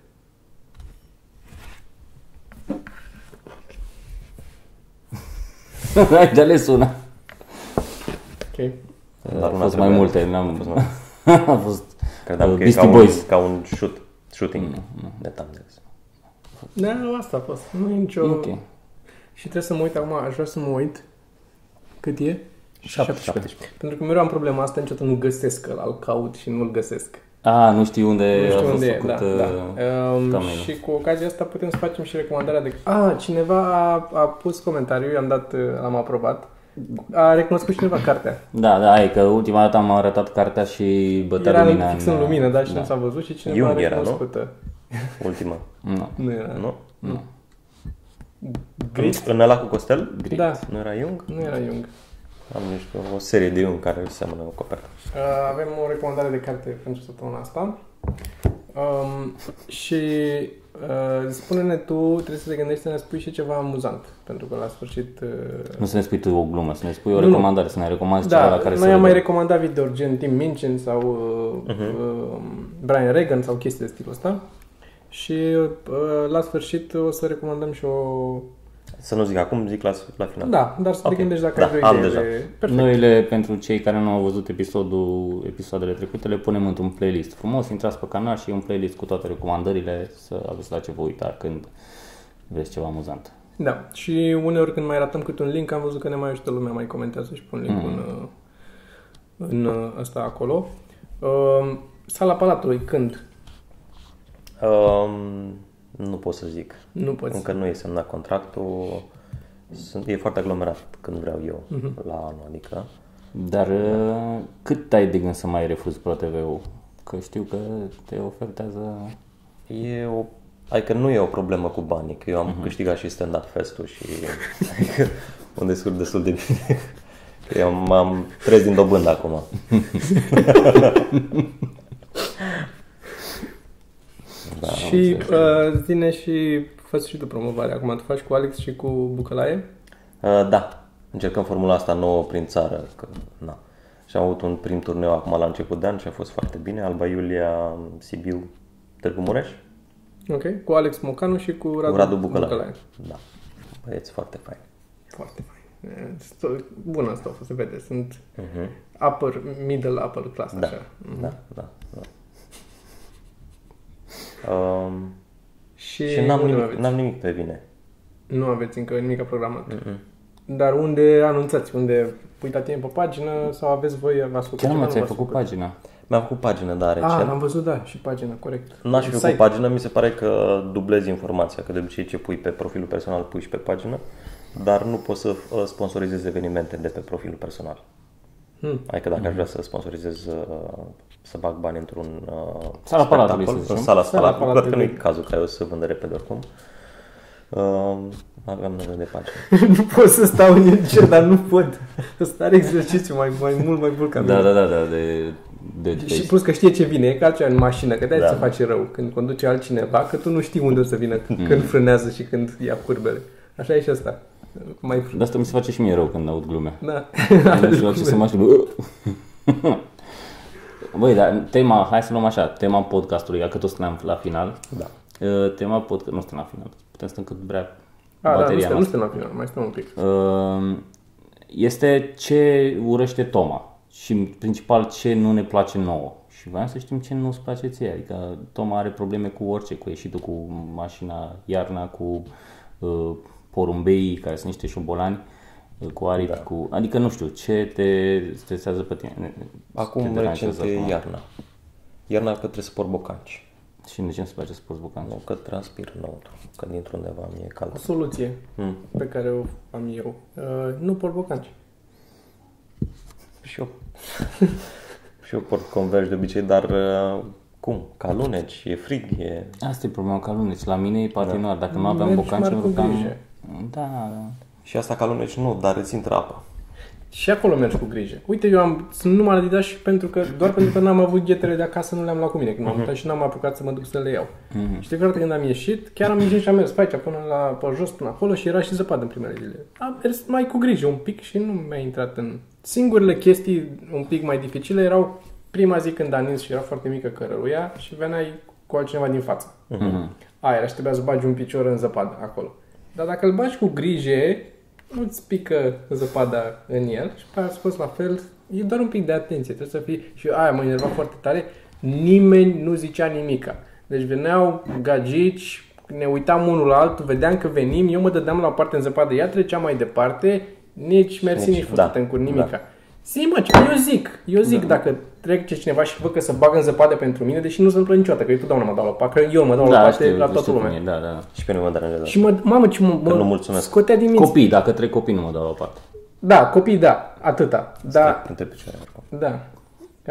Speaker 1: Hai de ales una.
Speaker 2: Ok.
Speaker 3: Dar
Speaker 1: Au
Speaker 3: una
Speaker 1: fost
Speaker 3: trebuie
Speaker 1: mai
Speaker 3: ales.
Speaker 1: multe, n-am...
Speaker 3: mai
Speaker 1: (laughs) A fost...
Speaker 3: Credeam că e
Speaker 1: Beastie
Speaker 3: ca
Speaker 1: Boys. Mm.
Speaker 3: un, ca un shoot, shooting de thumbnails.
Speaker 2: Da, asta a fost. Nu e nicio...
Speaker 1: Ok.
Speaker 2: Și trebuie să mă uit acum, aș vrea să mă uit. Cât e?
Speaker 1: 17.
Speaker 3: 17.
Speaker 2: Pentru că mereu am problema asta, niciodată nu găsesc ăla, îl caut și nu-l găsesc.
Speaker 1: A, nu știu unde
Speaker 2: nu
Speaker 1: a
Speaker 2: știu
Speaker 1: fost
Speaker 2: unde e,
Speaker 1: făcut...
Speaker 2: da, da.
Speaker 1: uh,
Speaker 2: Um,
Speaker 1: thumbnail-ul.
Speaker 2: și cu ocazia asta putem să facem și recomandarea de... A, cineva a, a pus comentariu, i-am dat, uh, l-am aprobat. A recunoscut cineva cartea.
Speaker 1: Da, da, e că ultima dată am arătat cartea și bătea
Speaker 2: Era
Speaker 1: lumina.
Speaker 2: fix în lumină, da, și nu s-a văzut și cineva a
Speaker 3: Jung era, nu?
Speaker 2: recunoscută.
Speaker 3: Ultima.
Speaker 1: Nu,
Speaker 2: Nu era.
Speaker 3: Nu?
Speaker 1: nu.
Speaker 2: Grit?
Speaker 3: În ăla cu Costel?
Speaker 1: Gri.
Speaker 2: Da,
Speaker 3: Nu era Jung?
Speaker 2: nu era Jung.
Speaker 3: Am nu știu, o serie de Jung care seamănă cu coperta.
Speaker 2: Uh, avem o recomandare de carte pentru săptămâna asta. Um, și uh, spune-ne tu, trebuie să te gândești să ne spui și ceva amuzant, pentru că la sfârșit... Uh,
Speaker 1: Nu să ne spui tu o glumă, să ne spui o
Speaker 2: Nu, nu.
Speaker 1: recomandare, să ne recomanzi ceva la
Speaker 2: da,
Speaker 1: care să
Speaker 2: noi am mai
Speaker 1: râdem.
Speaker 2: recomandat videouri gen Tim Minchin sau uh, uh-huh.
Speaker 3: Mhm.
Speaker 2: uh, Brian Regan sau chestii de stilul ăsta. Și uh, la sfârșit o să recomandăm și o...
Speaker 3: Să nu zic acum, zic la, la final.
Speaker 2: Da, dar să te
Speaker 3: Ok.
Speaker 2: gândești dacă
Speaker 3: Da,
Speaker 2: ai vreo
Speaker 3: am
Speaker 2: idee
Speaker 3: deja.
Speaker 2: de... Perfect.
Speaker 1: Noi le, pentru cei care nu au văzut episodul, episoadele trecute, le punem într-un playlist frumos, intrați pe canal și e un playlist cu toate recomandările, să aveți la ce vă uita când vreți ceva amuzant.
Speaker 2: Da, și uneori când mai ratăm câte un link, am văzut că ne mai ajută lumea, mai comentează și pun link mm. în, uh, în uh, ăsta acolo. Uh, Sala Palatului, când?
Speaker 3: Um, nu pot să zic.
Speaker 2: Nu poți.
Speaker 3: Încă nu e semnat contractul. Sunt, e foarte aglomerat când vreau eu
Speaker 2: Mhm.
Speaker 3: la anul, adică.
Speaker 1: Dar
Speaker 2: Da.
Speaker 1: uh, cât ai de gând să mai refuzi ProTV-ul? Că știu că te ofertează...
Speaker 2: Păi
Speaker 3: E o, adică nu e o problemă cu banii, că eu
Speaker 2: Mhm.
Speaker 3: am câștigat și stand-up fest-ul și adică, unde descurc destul de bine. (laughs) Că eu m-am trezit din dobândă acum. da,
Speaker 2: și uh, zine și fă și tu promovare. Acum tu faci cu Alex și cu Bucălaie.
Speaker 3: Uh, da, încercăm formula asta nouă prin țară. Că, na. Și am avut un prim turneu acum la început de an și a fost foarte bine. Alba Iulia, Sibiu, Târgu Mureș,
Speaker 2: Ok, cu Alex Mocanu și cu Radu,
Speaker 3: Radu, Radu Bucălaie. Da, băieți foarte fain.
Speaker 2: Foarte fain. E, sto- Bună asta se vede. Sunt upper, middle, upper class,
Speaker 3: Mhm. Da,
Speaker 2: așa. Mhm.
Speaker 3: da, da. da. Um,
Speaker 2: Și,
Speaker 3: și n-am
Speaker 2: unde mai
Speaker 3: nimic,
Speaker 2: aveți?
Speaker 3: n-am nimic pe bine.
Speaker 2: Nu aveți încă nimic programat.
Speaker 3: Mhm.
Speaker 2: Mm-mm. Dar unde anunțați? Unde uitați pe pagină sau aveți voi, v-ați făcut
Speaker 1: Ce
Speaker 2: ceva,
Speaker 1: nu ți-ai
Speaker 2: v-ați
Speaker 1: făcut pagina?
Speaker 3: Mi-am făcut pagină, da,
Speaker 2: Ah,
Speaker 3: recent.
Speaker 2: l-am văzut, da, și pagina, corect.
Speaker 3: N-aș fi
Speaker 2: Site.
Speaker 3: făcut pagină, mi se pare că dublezi informația, că de obicei ce pui pe profilul personal pui și pe pagină. dar nu pot să uh, sponsorizez evenimente de pe profilul personal.
Speaker 2: Hmm. (laughs)
Speaker 3: Adică dacă aș vrea să sponsorizez, uh, să bag bani într-un uh,
Speaker 1: Sala
Speaker 3: spectacol,
Speaker 1: Palatului, să zicem.
Speaker 3: în
Speaker 2: Sala
Speaker 3: sala spalatului, doar că nu
Speaker 2: Palatului.
Speaker 3: e cazul că o să vândă repede oricum. Uh, aveam nevoie de pace.
Speaker 2: nu pot să stau în el, dar nu pot. Ăsta are exercițiu mai, mai mult, mai mult ca mine.
Speaker 1: Da, da, da, da, de, de, de
Speaker 2: Și plus că știe ce vine, e ca altceva în mașină, că de-aia
Speaker 3: Da.
Speaker 2: da. se face rău când conduce altcineva, că tu nu știi unde o să vină, când frânează și când ia curbele. Așa e și asta. Mai frâne.
Speaker 1: de asta mi se face și mie rău când aud glume.
Speaker 2: Da.
Speaker 1: Nu
Speaker 2: (laughs)
Speaker 1: știu la ce să mă aștept. uh. (laughs) Băi, dar tema, hai să luăm așa, tema podcastului, dacă tot stăm la final.
Speaker 3: Da.
Speaker 1: Uh, Tema podcast, nu stăm la final, putem să stăm cât vrea
Speaker 2: A, da, nu
Speaker 1: bateria
Speaker 2: stăm, nu
Speaker 1: noastră.
Speaker 2: stăm la final, mai stăm un pic.
Speaker 1: Uh, Este ce urăște Toma și în principal ce nu ne place nouă. Și vreau să știm ce nu îți place ție. Adică Toma are probleme cu orice, cu ieșitul cu mașina iarna, cu uh, porumbeii care sunt niște șobolani, uh, cu aripi, da. cu... Adică nu știu, ce te stresează pe tine? Te
Speaker 3: Acum recent
Speaker 1: deranjează
Speaker 3: e
Speaker 1: acum?
Speaker 3: iarna. Iarna că trebuie să por bocanci.
Speaker 1: Și de ce îmi place sport bucan?
Speaker 3: Nu că transpir înăuntru, că dintr undeva mi e
Speaker 2: O
Speaker 3: cald.
Speaker 2: soluție
Speaker 3: Mm.
Speaker 2: pe care o am eu. Uh, nu porbocanci.
Speaker 3: (laughs) Și eu. și eu port converge de obicei, dar uh, cum? Ca luneci, e frig, e...
Speaker 1: Asta e problema ca luneci. La mine e patinoar. Dacă nu aveam
Speaker 2: Mergi
Speaker 1: bocanci,
Speaker 2: mari
Speaker 1: mă
Speaker 2: cu
Speaker 1: rugam...
Speaker 2: grijă.
Speaker 1: Da, da.
Speaker 3: Și asta ca luneci nu, dar îți intră apă.
Speaker 2: Și acolo mergi cu grijă. Uite, eu am, sunt numai Adidas și pentru că, doar pentru că n-am avut ghetele de acasă, nu le-am luat cu mine când m-am mutat și n-am apucat să mă duc să le iau. Și de fiecare dată când am ieșit, chiar am ieșit și am mers pe aici, până la pe jos, până acolo și era și zăpadă în primele zile. Am mers mai cu grijă un pic și nu mi-a intrat în... Singurele chestii un pic mai dificile erau prima zi când a nins și era foarte mică cărăruia și veneai cu altcineva din față. Aia era și trebuia să bagi un picior în zăpadă acolo. Dar dacă îl bagi cu grijă, nu-ți pică zăpada în el și pe aia spus la fel, e doar un pic de atenție, trebuie să fii... Și aia mă enerva foarte tare, nimeni nu zicea nimica. Deci veneau gagici, ne uitam unul la altul, vedeam că venim, eu mă dădeam la o parte în zăpadă, ea trecea mai departe, nici mersi, nici,
Speaker 3: Nici-
Speaker 2: nici fută
Speaker 3: da,
Speaker 2: în cur,
Speaker 3: da.
Speaker 2: nimica. Zi, mă, ce- eu zic, eu zic da. dacă trece cineva și văd că se bagă în zăpadă pentru mine, deși nu se întâmplă niciodată, că eu totdeauna mă dau la pacă, eu mă dau la
Speaker 1: Da,
Speaker 2: parte
Speaker 1: știu,
Speaker 2: la
Speaker 1: la
Speaker 2: toată
Speaker 1: știu cum
Speaker 2: lumea.
Speaker 1: e. Da, da.
Speaker 3: Și pe mine mă deranjează.
Speaker 2: Și mă, mamă, ce mă, mă
Speaker 3: nu mulțumesc.
Speaker 2: scotea din minți.
Speaker 1: Copii, dacă trec copii, nu mă dau la o parte.
Speaker 2: Da, copii, da, atâta. Da,
Speaker 3: Între picioare, oricum.
Speaker 2: da.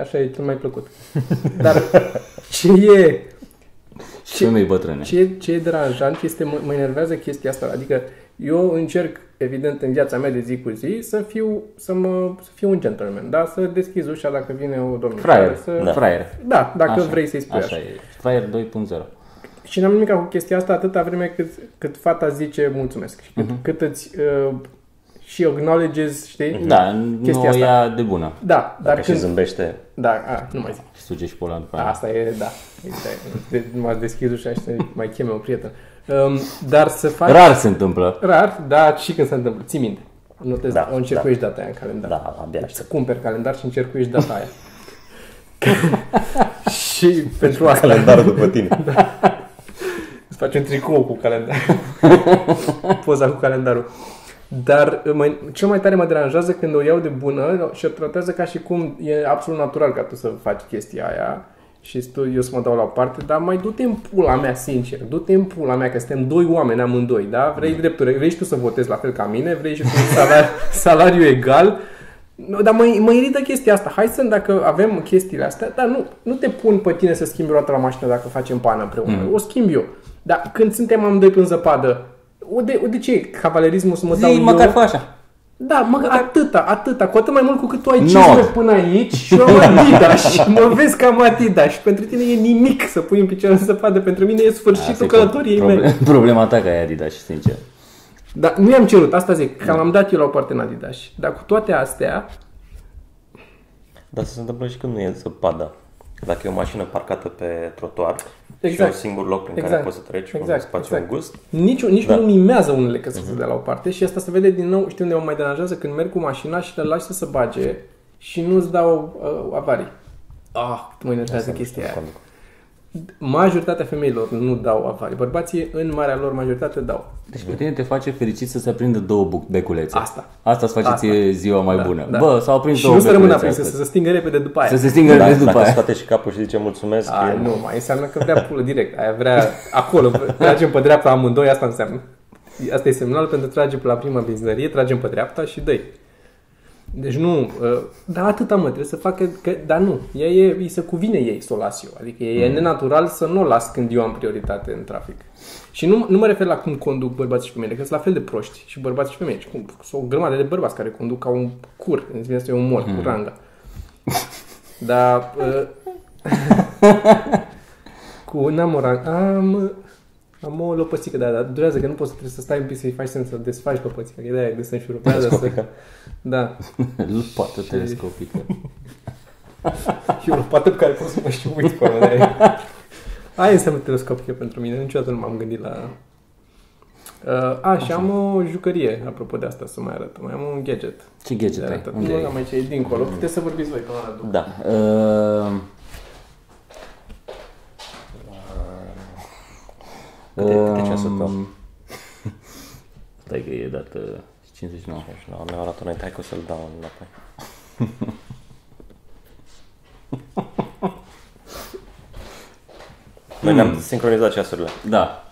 Speaker 2: Așa e cel mai plăcut.
Speaker 1: (laughs)
Speaker 2: Dar ce e,
Speaker 1: Și femei bătrâne.
Speaker 2: ce, e- ce e deranjant este, mă, mă enervează chestia asta. Adică eu încerc, evident, în viața mea de zi cu zi, să fiu, să mă, să fiu un gentleman, da? Să deschizi ușa dacă vine o domnișoară.
Speaker 1: Fraier,
Speaker 2: Să...
Speaker 1: da. fraier.
Speaker 2: Da, dacă vrei să-i spui așa.
Speaker 1: Așa e. Fraier 2.0.
Speaker 2: Și n-am nimic cu chestia asta atâta vreme cât, cât fata zice mulțumesc. Și
Speaker 1: Mhm.
Speaker 2: cât, uh-huh. cât îți uh, și acknowledges, știi?
Speaker 1: Da, nu o
Speaker 2: Chestia asta.
Speaker 1: ia de bună.
Speaker 2: Da, dar
Speaker 3: Dacă și
Speaker 2: când...
Speaker 3: zâmbește,
Speaker 2: Da, a, nu mai zic.
Speaker 1: Și Suge și polan
Speaker 3: Ah.
Speaker 1: după aia.
Speaker 2: Asta e, da. De, m-ați deschis ușa și să mai cheme o prietenă. Um, dar să faci...
Speaker 1: Rar se întâmplă.
Speaker 2: Rar, da, și când se întâmplă. Ții minte. Notez,
Speaker 3: Da,
Speaker 2: da, o încercuiești da. data aia în calendar.
Speaker 3: da, abia
Speaker 2: Să
Speaker 3: aștept.
Speaker 2: cumperi calendar și încercuiești data
Speaker 3: (laughs)
Speaker 2: aia. și pentru asta
Speaker 3: Calendarul după
Speaker 2: (laughs)
Speaker 3: tine.
Speaker 2: Îți faci un tricou cu
Speaker 3: (laughs)
Speaker 2: calendar. Poza cu calendarul. Dar mă, cel mai tare mă deranjează când o iau de bună și o tratează ca și cum e absolut natural ca tu să faci chestia aia și tu, eu să mă dau la o parte, dar mai du-te în pula mea, sincer, du-te în pula mea, că suntem doi oameni amândoi, da? Vrei drepturi, vrei și tu să votezi la fel ca mine, vrei și tu (laughs) salariu, salariu egal, nu, dar mă, mă irită chestia asta. Hai să, dacă avem chestiile astea, dar nu, nu te pun pe tine să schimbi roata la mașină dacă facem pană împreună. Mm. O schimb eu. Dar când suntem amândoi în zăpadă, o de, o de ce e cavalerismul să mă dau
Speaker 1: Zi,
Speaker 2: eu?
Speaker 1: măcar fă așa.
Speaker 2: Da, mă, atâta, atâta, cu atât mai mult cu cât tu ai
Speaker 1: Nod.
Speaker 2: 15 până aici și eu am Adidas și mă vezi că am Adidas și pentru tine e nimic să pui în picioare în zăpadă, pentru mine e
Speaker 1: Asta
Speaker 2: sfârșitul
Speaker 1: e
Speaker 2: călătoriei
Speaker 1: proble-
Speaker 2: mele.
Speaker 1: (laughs) Problema ta că ai Adidas, și sincer.
Speaker 2: Dar nu i-am cerut, asta zic, că l-am dat eu la o parte în Adidas. Dar cu toate astea,
Speaker 3: Dar se întâmplă și când nu e zăpadă. Dacă e o mașină parcată pe trotuar și e
Speaker 2: Exact.
Speaker 3: un singur loc prin care
Speaker 2: Exact.
Speaker 3: poți să treci cu un
Speaker 2: Exact,
Speaker 3: spațiu
Speaker 2: exact.
Speaker 3: îngust,
Speaker 2: Nici, nici
Speaker 3: Da.
Speaker 2: da. nu mimează unele că să se dea la o parte și asta se vede din nou, știu unde mă mai deranjează, când merg cu mașina și le lași să se bage și nu-ți dau uh, avarii. Ah, mă enervează chestia aia.
Speaker 3: conduc.
Speaker 2: Majoritatea femeilor nu dau avarii. Bărbații, în marea lor majoritate, dau.
Speaker 1: Deci pe tine te face fericit să se aprindă două buc- beculețe.
Speaker 2: Asta.
Speaker 1: Asta îți face
Speaker 2: Asta.
Speaker 1: ție ziua mai Da. bună.
Speaker 2: da.
Speaker 1: Bă, s-au aprins
Speaker 2: și
Speaker 1: două
Speaker 2: nu să rămână
Speaker 1: beculețe
Speaker 2: aprinsă, să
Speaker 1: astăzi.
Speaker 2: se exact. stingă repede după aia.
Speaker 1: Să se stingă
Speaker 3: Da,
Speaker 1: da, după
Speaker 3: dacă
Speaker 1: aia. (laughs)
Speaker 3: scoate și capul și zice mulțumesc,
Speaker 2: A,
Speaker 3: e-
Speaker 2: (laughs) nu, mai înseamnă că vrea pulă direct. Aia vrea acolo, tragem pe dreapta amândoi, asta înseamnă. Asta e semnal pentru trage pe la prima benzinărie, tragem pe dreapta și dă Deci nu, uh, dar atâta mă, trebuie să facă, că, dar nu, ea e, îi se cuvine ei să o las eu. Adică mm. e nenatural să nu o las când eu am prioritate în trafic. Și nu, nu mă refer la cum conduc bărbații și femeile, că sunt la fel de proști și bărbați și femei. Și cum, sunt o grămadă de bărbați care conduc ca un cur, îmi vine să e un mor, mm. cu ranga. Dar... Uh, cu namorang. Am, am o lopățică, da, da, durează că nu poți trebuie să stai un pic să-i faci să desfaci lopățica, că de-aia găsăm și rupează să... (laughs) Da.
Speaker 1: Lupată telescopică.
Speaker 2: Și o lopată pe care pot să mă și uit pe ăla, de-aia. (laughs) Aia înseamnă telescopică pentru mine, niciodată nu m-am gândit la... Uh, a, și am o jucărie, apropo de asta, să mai arăt. Mai am un gadget. păi,
Speaker 1: Ce gadget
Speaker 2: de
Speaker 1: ai?
Speaker 2: arătat.
Speaker 1: Unde
Speaker 2: Nu,
Speaker 1: ai?
Speaker 2: am aici, e dincolo. Puteți să vorbiți voi, că mă arăt.
Speaker 3: Da.
Speaker 1: Uh,
Speaker 3: Câte- câte ceasul tău?
Speaker 1: um, Stai că e dată 59.
Speaker 3: Și la mi-a Deci, arătat înainte, hai că o să-l dau (laughs) înapoi. Noi ne-am sincronizat ceasurile.
Speaker 1: Da.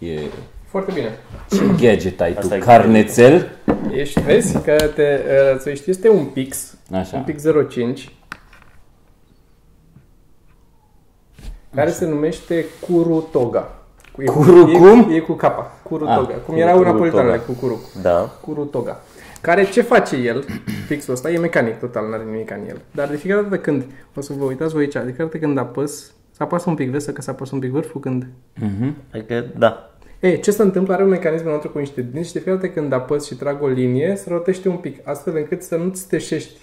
Speaker 1: E...
Speaker 2: Foarte bine.
Speaker 1: Ce gadget ai tu?
Speaker 3: Asta e-
Speaker 1: Carnețel?
Speaker 2: Ești, vezi că te rățuiești. Este un pix,
Speaker 1: Așa.
Speaker 2: un pix 05, care se numește Curu Toga. Cu- e cu-
Speaker 1: Curu
Speaker 2: e-
Speaker 1: cum? Ah,
Speaker 2: E cu capa. Curu Toga. Cum
Speaker 3: Curu-
Speaker 2: erau
Speaker 3: Curu
Speaker 2: napolitanele
Speaker 3: Toga.
Speaker 2: cu Curu.
Speaker 3: Da.
Speaker 2: Curu Toga. Care ce face
Speaker 1: (clears throat)
Speaker 2: el, fixul ăsta, e mecanic total, nu are nimic în el. Dar de fiecare dată când, o să vă uitați voi aici, de fiecare dată când apăs, să apasă un pic vesă, că să apasă un pic vârful când
Speaker 1: Mhm.
Speaker 3: Adică, da.
Speaker 2: ei, ce se întâmplă? Are un mecanism înăuntru cu niște dinți și de fiecare dată când apăs și trag o linie, se rotește un pic, astfel încât să nu-ți teșești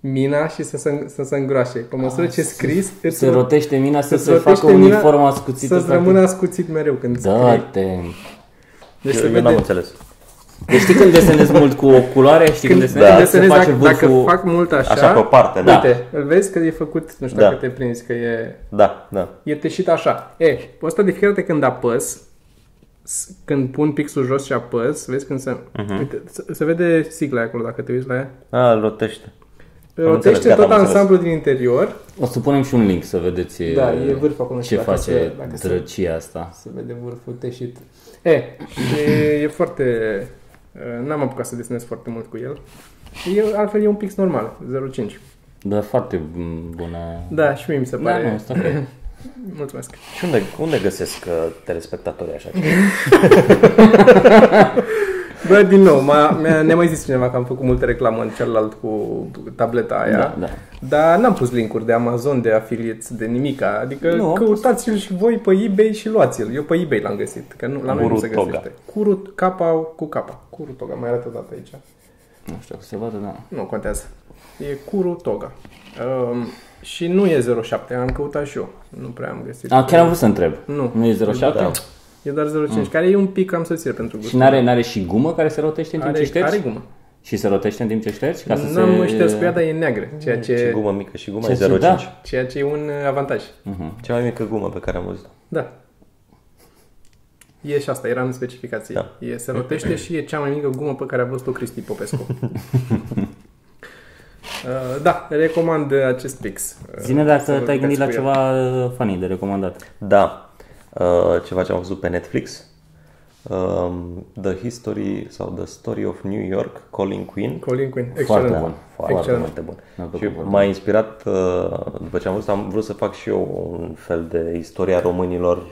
Speaker 2: mina și să se, să se îngroașe. Pe măsură ce scris, îți
Speaker 1: Ah, Se
Speaker 2: ro-
Speaker 1: rotește mina să
Speaker 2: să-ți
Speaker 1: se facă
Speaker 2: rotește mina
Speaker 1: uniforma ascuțită.
Speaker 2: Să-ți
Speaker 1: practic.
Speaker 2: rămână ascuțit mereu când scrii.
Speaker 1: Da, te...
Speaker 2: Deci se
Speaker 3: Eu, eu n-am
Speaker 2: vede.
Speaker 3: înțeles.
Speaker 1: Deci știi când desenezi mult cu oculare? Știi când
Speaker 2: Când
Speaker 1: desenezi?
Speaker 2: da,
Speaker 1: Da, se
Speaker 2: desenezi,
Speaker 1: face
Speaker 2: dacă, dacă
Speaker 1: vârful...
Speaker 2: fac mult așa,
Speaker 3: Așa, pe o parte, da.
Speaker 2: uite, îl vezi că e făcut, nu știu
Speaker 3: Da.
Speaker 2: dacă te prinzi, că e
Speaker 3: Da, da.
Speaker 2: e teșit așa. E, pe ăsta de fiecare dată când apăs, s- când pun pixul jos și apăs, vezi când se... Uh-huh. Uite, se, se vede sigla acolo dacă te uiți la ea.
Speaker 3: A, îl rotește. înțeles,
Speaker 2: Rotește
Speaker 3: gata,
Speaker 2: tot
Speaker 3: am înțeles.
Speaker 2: ansamblul din interior.
Speaker 1: O să punem și un link să vedeți
Speaker 2: Da,
Speaker 1: eh,
Speaker 2: e vârful acolo,
Speaker 1: ce
Speaker 2: nu știu dacă se-
Speaker 1: face
Speaker 2: dacă se-
Speaker 1: drăcia asta.
Speaker 2: Se vede vârful teșit. E, și e foarte... uh, N-am apucat să desenez foarte mult cu el. E, altfel e un pix normal, 0,5.
Speaker 1: Da, foarte mm, bună...
Speaker 2: Da, și mie mi se
Speaker 1: Da,
Speaker 2: pare.
Speaker 1: nu, asta e.
Speaker 2: Mulțumesc.
Speaker 3: Și unde, unde găsesc uh, telespectatorii așa?
Speaker 2: Bă, din nou, m-a, mi-a, ne-a mai zis cineva că am făcut multă reclamă în celălalt cu tableta aia.
Speaker 1: Da, da.
Speaker 2: Dar n-am pus linkuri de Amazon, de afiliați, de nimica. Adică
Speaker 1: Nu,
Speaker 2: nu,
Speaker 1: am
Speaker 2: căutați-l și voi pe eBay și luați-l. Eu pe eBay l-am găsit, că nu, la noi nu se
Speaker 3: Curutoga.
Speaker 2: găsește. Curut, capa cu capa. Curutoga, mai arată data aici.
Speaker 1: Nu știu, se vadă, da.
Speaker 2: Nu contează. E Curutoga. Um, și nu e 07, am căutat și eu. Nu prea am găsit.
Speaker 1: A, Ah, chiar am vrut să întreb.
Speaker 2: Nu.
Speaker 1: Nu e 07?
Speaker 3: Da.
Speaker 2: E doar 05, care e un pic cam să pentru gust.
Speaker 1: Mm. Și n-are, n-are și gumă care se rotește în timp ce
Speaker 2: Are,
Speaker 1: ștergi?
Speaker 2: are gumă.
Speaker 1: Și se rotește în timp ce ștergi? Ca să
Speaker 2: N-am
Speaker 1: se... Mm,
Speaker 2: șters cu ea, dar e neagră, ceea
Speaker 3: Și
Speaker 2: ce,
Speaker 3: gumă mică și guma
Speaker 1: Ce
Speaker 3: e
Speaker 1: să-
Speaker 3: 0,5.
Speaker 1: da.
Speaker 2: ceea ce e un uh, avantaj.
Speaker 3: Cea mai mică gumă pe care am văzut-o.
Speaker 2: Da. E și asta, era în specificație.
Speaker 3: Da.
Speaker 2: E, se rotește și e cea mai mică gumă pe care a văzut-o Cristi Popescu.
Speaker 1: (laughs)
Speaker 2: Uh, da, recomand uh, acest pix. Uh,
Speaker 1: Zine
Speaker 2: să
Speaker 1: dacă
Speaker 2: vă
Speaker 1: te-ai gândit la
Speaker 2: uitați cu el.
Speaker 1: ceva uh, funny de recomandat.
Speaker 3: Da, uh, ceva ce am văzut pe Netflix. Um, The History sau The Story of New York, Colin Quinn.
Speaker 2: Colin Quinn,
Speaker 1: Foarte
Speaker 2: excelent.
Speaker 1: bun.
Speaker 3: Da, Foarte
Speaker 2: Excelent.
Speaker 3: multe bun.
Speaker 1: Mi-a plăcut
Speaker 3: Și
Speaker 1: foarte
Speaker 3: m-a inspirat, uh, după ce am văzut, am vrut să fac și eu un fel de istoria românilor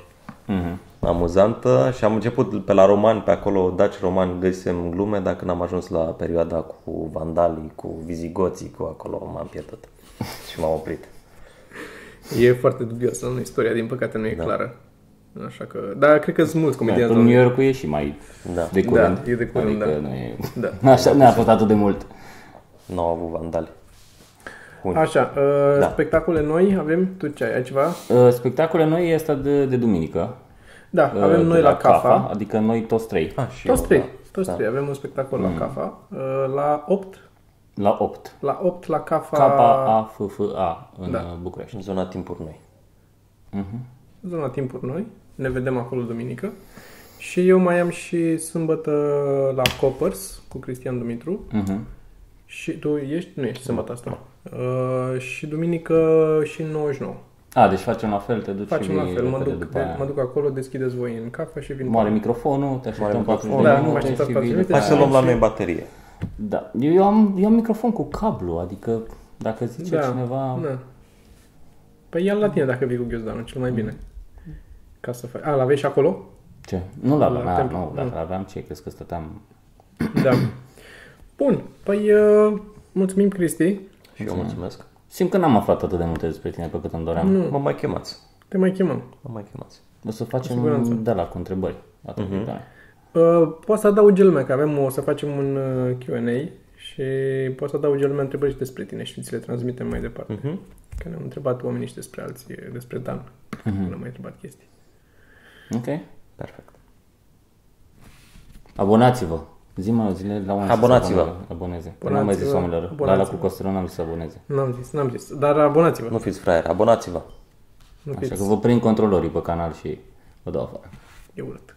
Speaker 3: Mhm. amuzantă și am început pe la romani, pe acolo, daci romani, găsisem glume, dar când am ajuns la perioada cu vandalii, cu vizigoții, cu acolo m-am (laughs) pierdut și m-am oprit.
Speaker 2: E foarte dubios în istoria, din păcate nu e clară. Așa că, dar cred că sunt mulți comedianți.
Speaker 1: În New
Speaker 2: români.
Speaker 1: York Da. e și mai
Speaker 3: Da.
Speaker 1: de curând.
Speaker 2: Da, e de curând,
Speaker 1: adică
Speaker 2: da.
Speaker 1: Nu e...
Speaker 2: Da.
Speaker 1: (laughs) Așa, nu a fost atât de mult.
Speaker 3: Nu au avut vandali. Bun.
Speaker 2: Așa, uh,
Speaker 3: Da.
Speaker 2: spectacole noi avem? Tu ce ai? Ai ceva?
Speaker 1: Uh, Spectacole noi e asta de, de duminică.
Speaker 2: Da,
Speaker 1: Uh,
Speaker 2: avem
Speaker 1: de
Speaker 2: noi la CAFA.
Speaker 1: Adică noi toți trei.
Speaker 3: Ah, și
Speaker 2: Toți
Speaker 3: eu,
Speaker 2: trei,
Speaker 3: da.
Speaker 2: toți trei. Avem un spectacol
Speaker 1: Mm.
Speaker 2: la CAFA. uh, La 8,
Speaker 1: La 8.
Speaker 2: la 8 la CAFA,
Speaker 1: k a f f a în da. București. Mhm,
Speaker 3: În zona timpuri noi.
Speaker 2: zona timpuri noi. Ne vedem acolo duminică. Și eu mai am și sâmbătă la Coppers cu Cristian Dumitru.
Speaker 1: Uh-huh.
Speaker 2: Și tu ești? Nu ești sâmbătă asta. Uh, și duminică și în 99.
Speaker 1: A, deci facem la fel, te duci și
Speaker 2: Facem la fel, mă
Speaker 1: repede
Speaker 2: duc,
Speaker 1: după
Speaker 2: de,
Speaker 1: aia.
Speaker 2: mă duc acolo, deschideți voi în cafea și vin.
Speaker 1: Moare microfonul, te așteptăm
Speaker 3: microfonul.
Speaker 1: 40 de
Speaker 2: Da, mă
Speaker 1: minute
Speaker 2: așteptați
Speaker 1: și
Speaker 2: 40
Speaker 1: vii
Speaker 2: de
Speaker 1: după
Speaker 3: Hai
Speaker 1: aia.
Speaker 3: să luăm la
Speaker 2: Da.
Speaker 3: noi baterie.
Speaker 1: Da, eu am, eu am microfon cu cablu, adică dacă zice
Speaker 2: da,
Speaker 1: cineva...
Speaker 2: Da. Păi ia la tine dacă vii cu ghiozdanul, cel
Speaker 1: Mm.
Speaker 2: mai bine. Ca să faci. A, l-aveai și acolo?
Speaker 1: Ce? Nu l-aveam,
Speaker 2: La
Speaker 1: la
Speaker 2: templu,
Speaker 1: nu, dacă
Speaker 2: nu.
Speaker 1: l-aveam ce, crezi că stăteam...
Speaker 2: Da. Bun, păi uh, mulțumim Cristi.
Speaker 3: Și eu mulțumesc.
Speaker 1: Simt că n-am aflat atât de multe despre tine pe cât îmi doream.
Speaker 2: Mm.
Speaker 3: Mă mai chemați.
Speaker 2: Te mai chemăm.
Speaker 3: Mă mai chemați.
Speaker 1: O să
Speaker 2: siguranță.
Speaker 1: facem de la cu întrebări. Atunci,
Speaker 3: Mhm.
Speaker 1: da.
Speaker 2: Uh, poți să adaugi lumea, că avem, o să facem un uh, Q&A și poți să adaugi lumea întrebări și despre tine și ți le transmitem mai departe.
Speaker 3: Mhm.
Speaker 2: Că ne-au întrebat oamenii și despre alții, despre Dan. Nu am mai întrebat chestii.
Speaker 1: Ok.
Speaker 3: Perfect.
Speaker 1: Abonați-vă. Zi mai zile la oameni
Speaker 3: Abonați-vă.
Speaker 1: să se abone- aboneze. Până n-am mai zis
Speaker 2: Abonați-vă.
Speaker 1: oamenilor. La ala
Speaker 2: Abonați-vă.
Speaker 1: cu Costel n-am zis să aboneze.
Speaker 2: N-am zis, n-am zis. Dar abonați-vă.
Speaker 3: Nu fiți fraieri, abonați-vă.
Speaker 2: Nu
Speaker 1: Așa
Speaker 2: fiți.
Speaker 1: că vă prind controlorii pe canal și vă dau afară.
Speaker 2: E urât.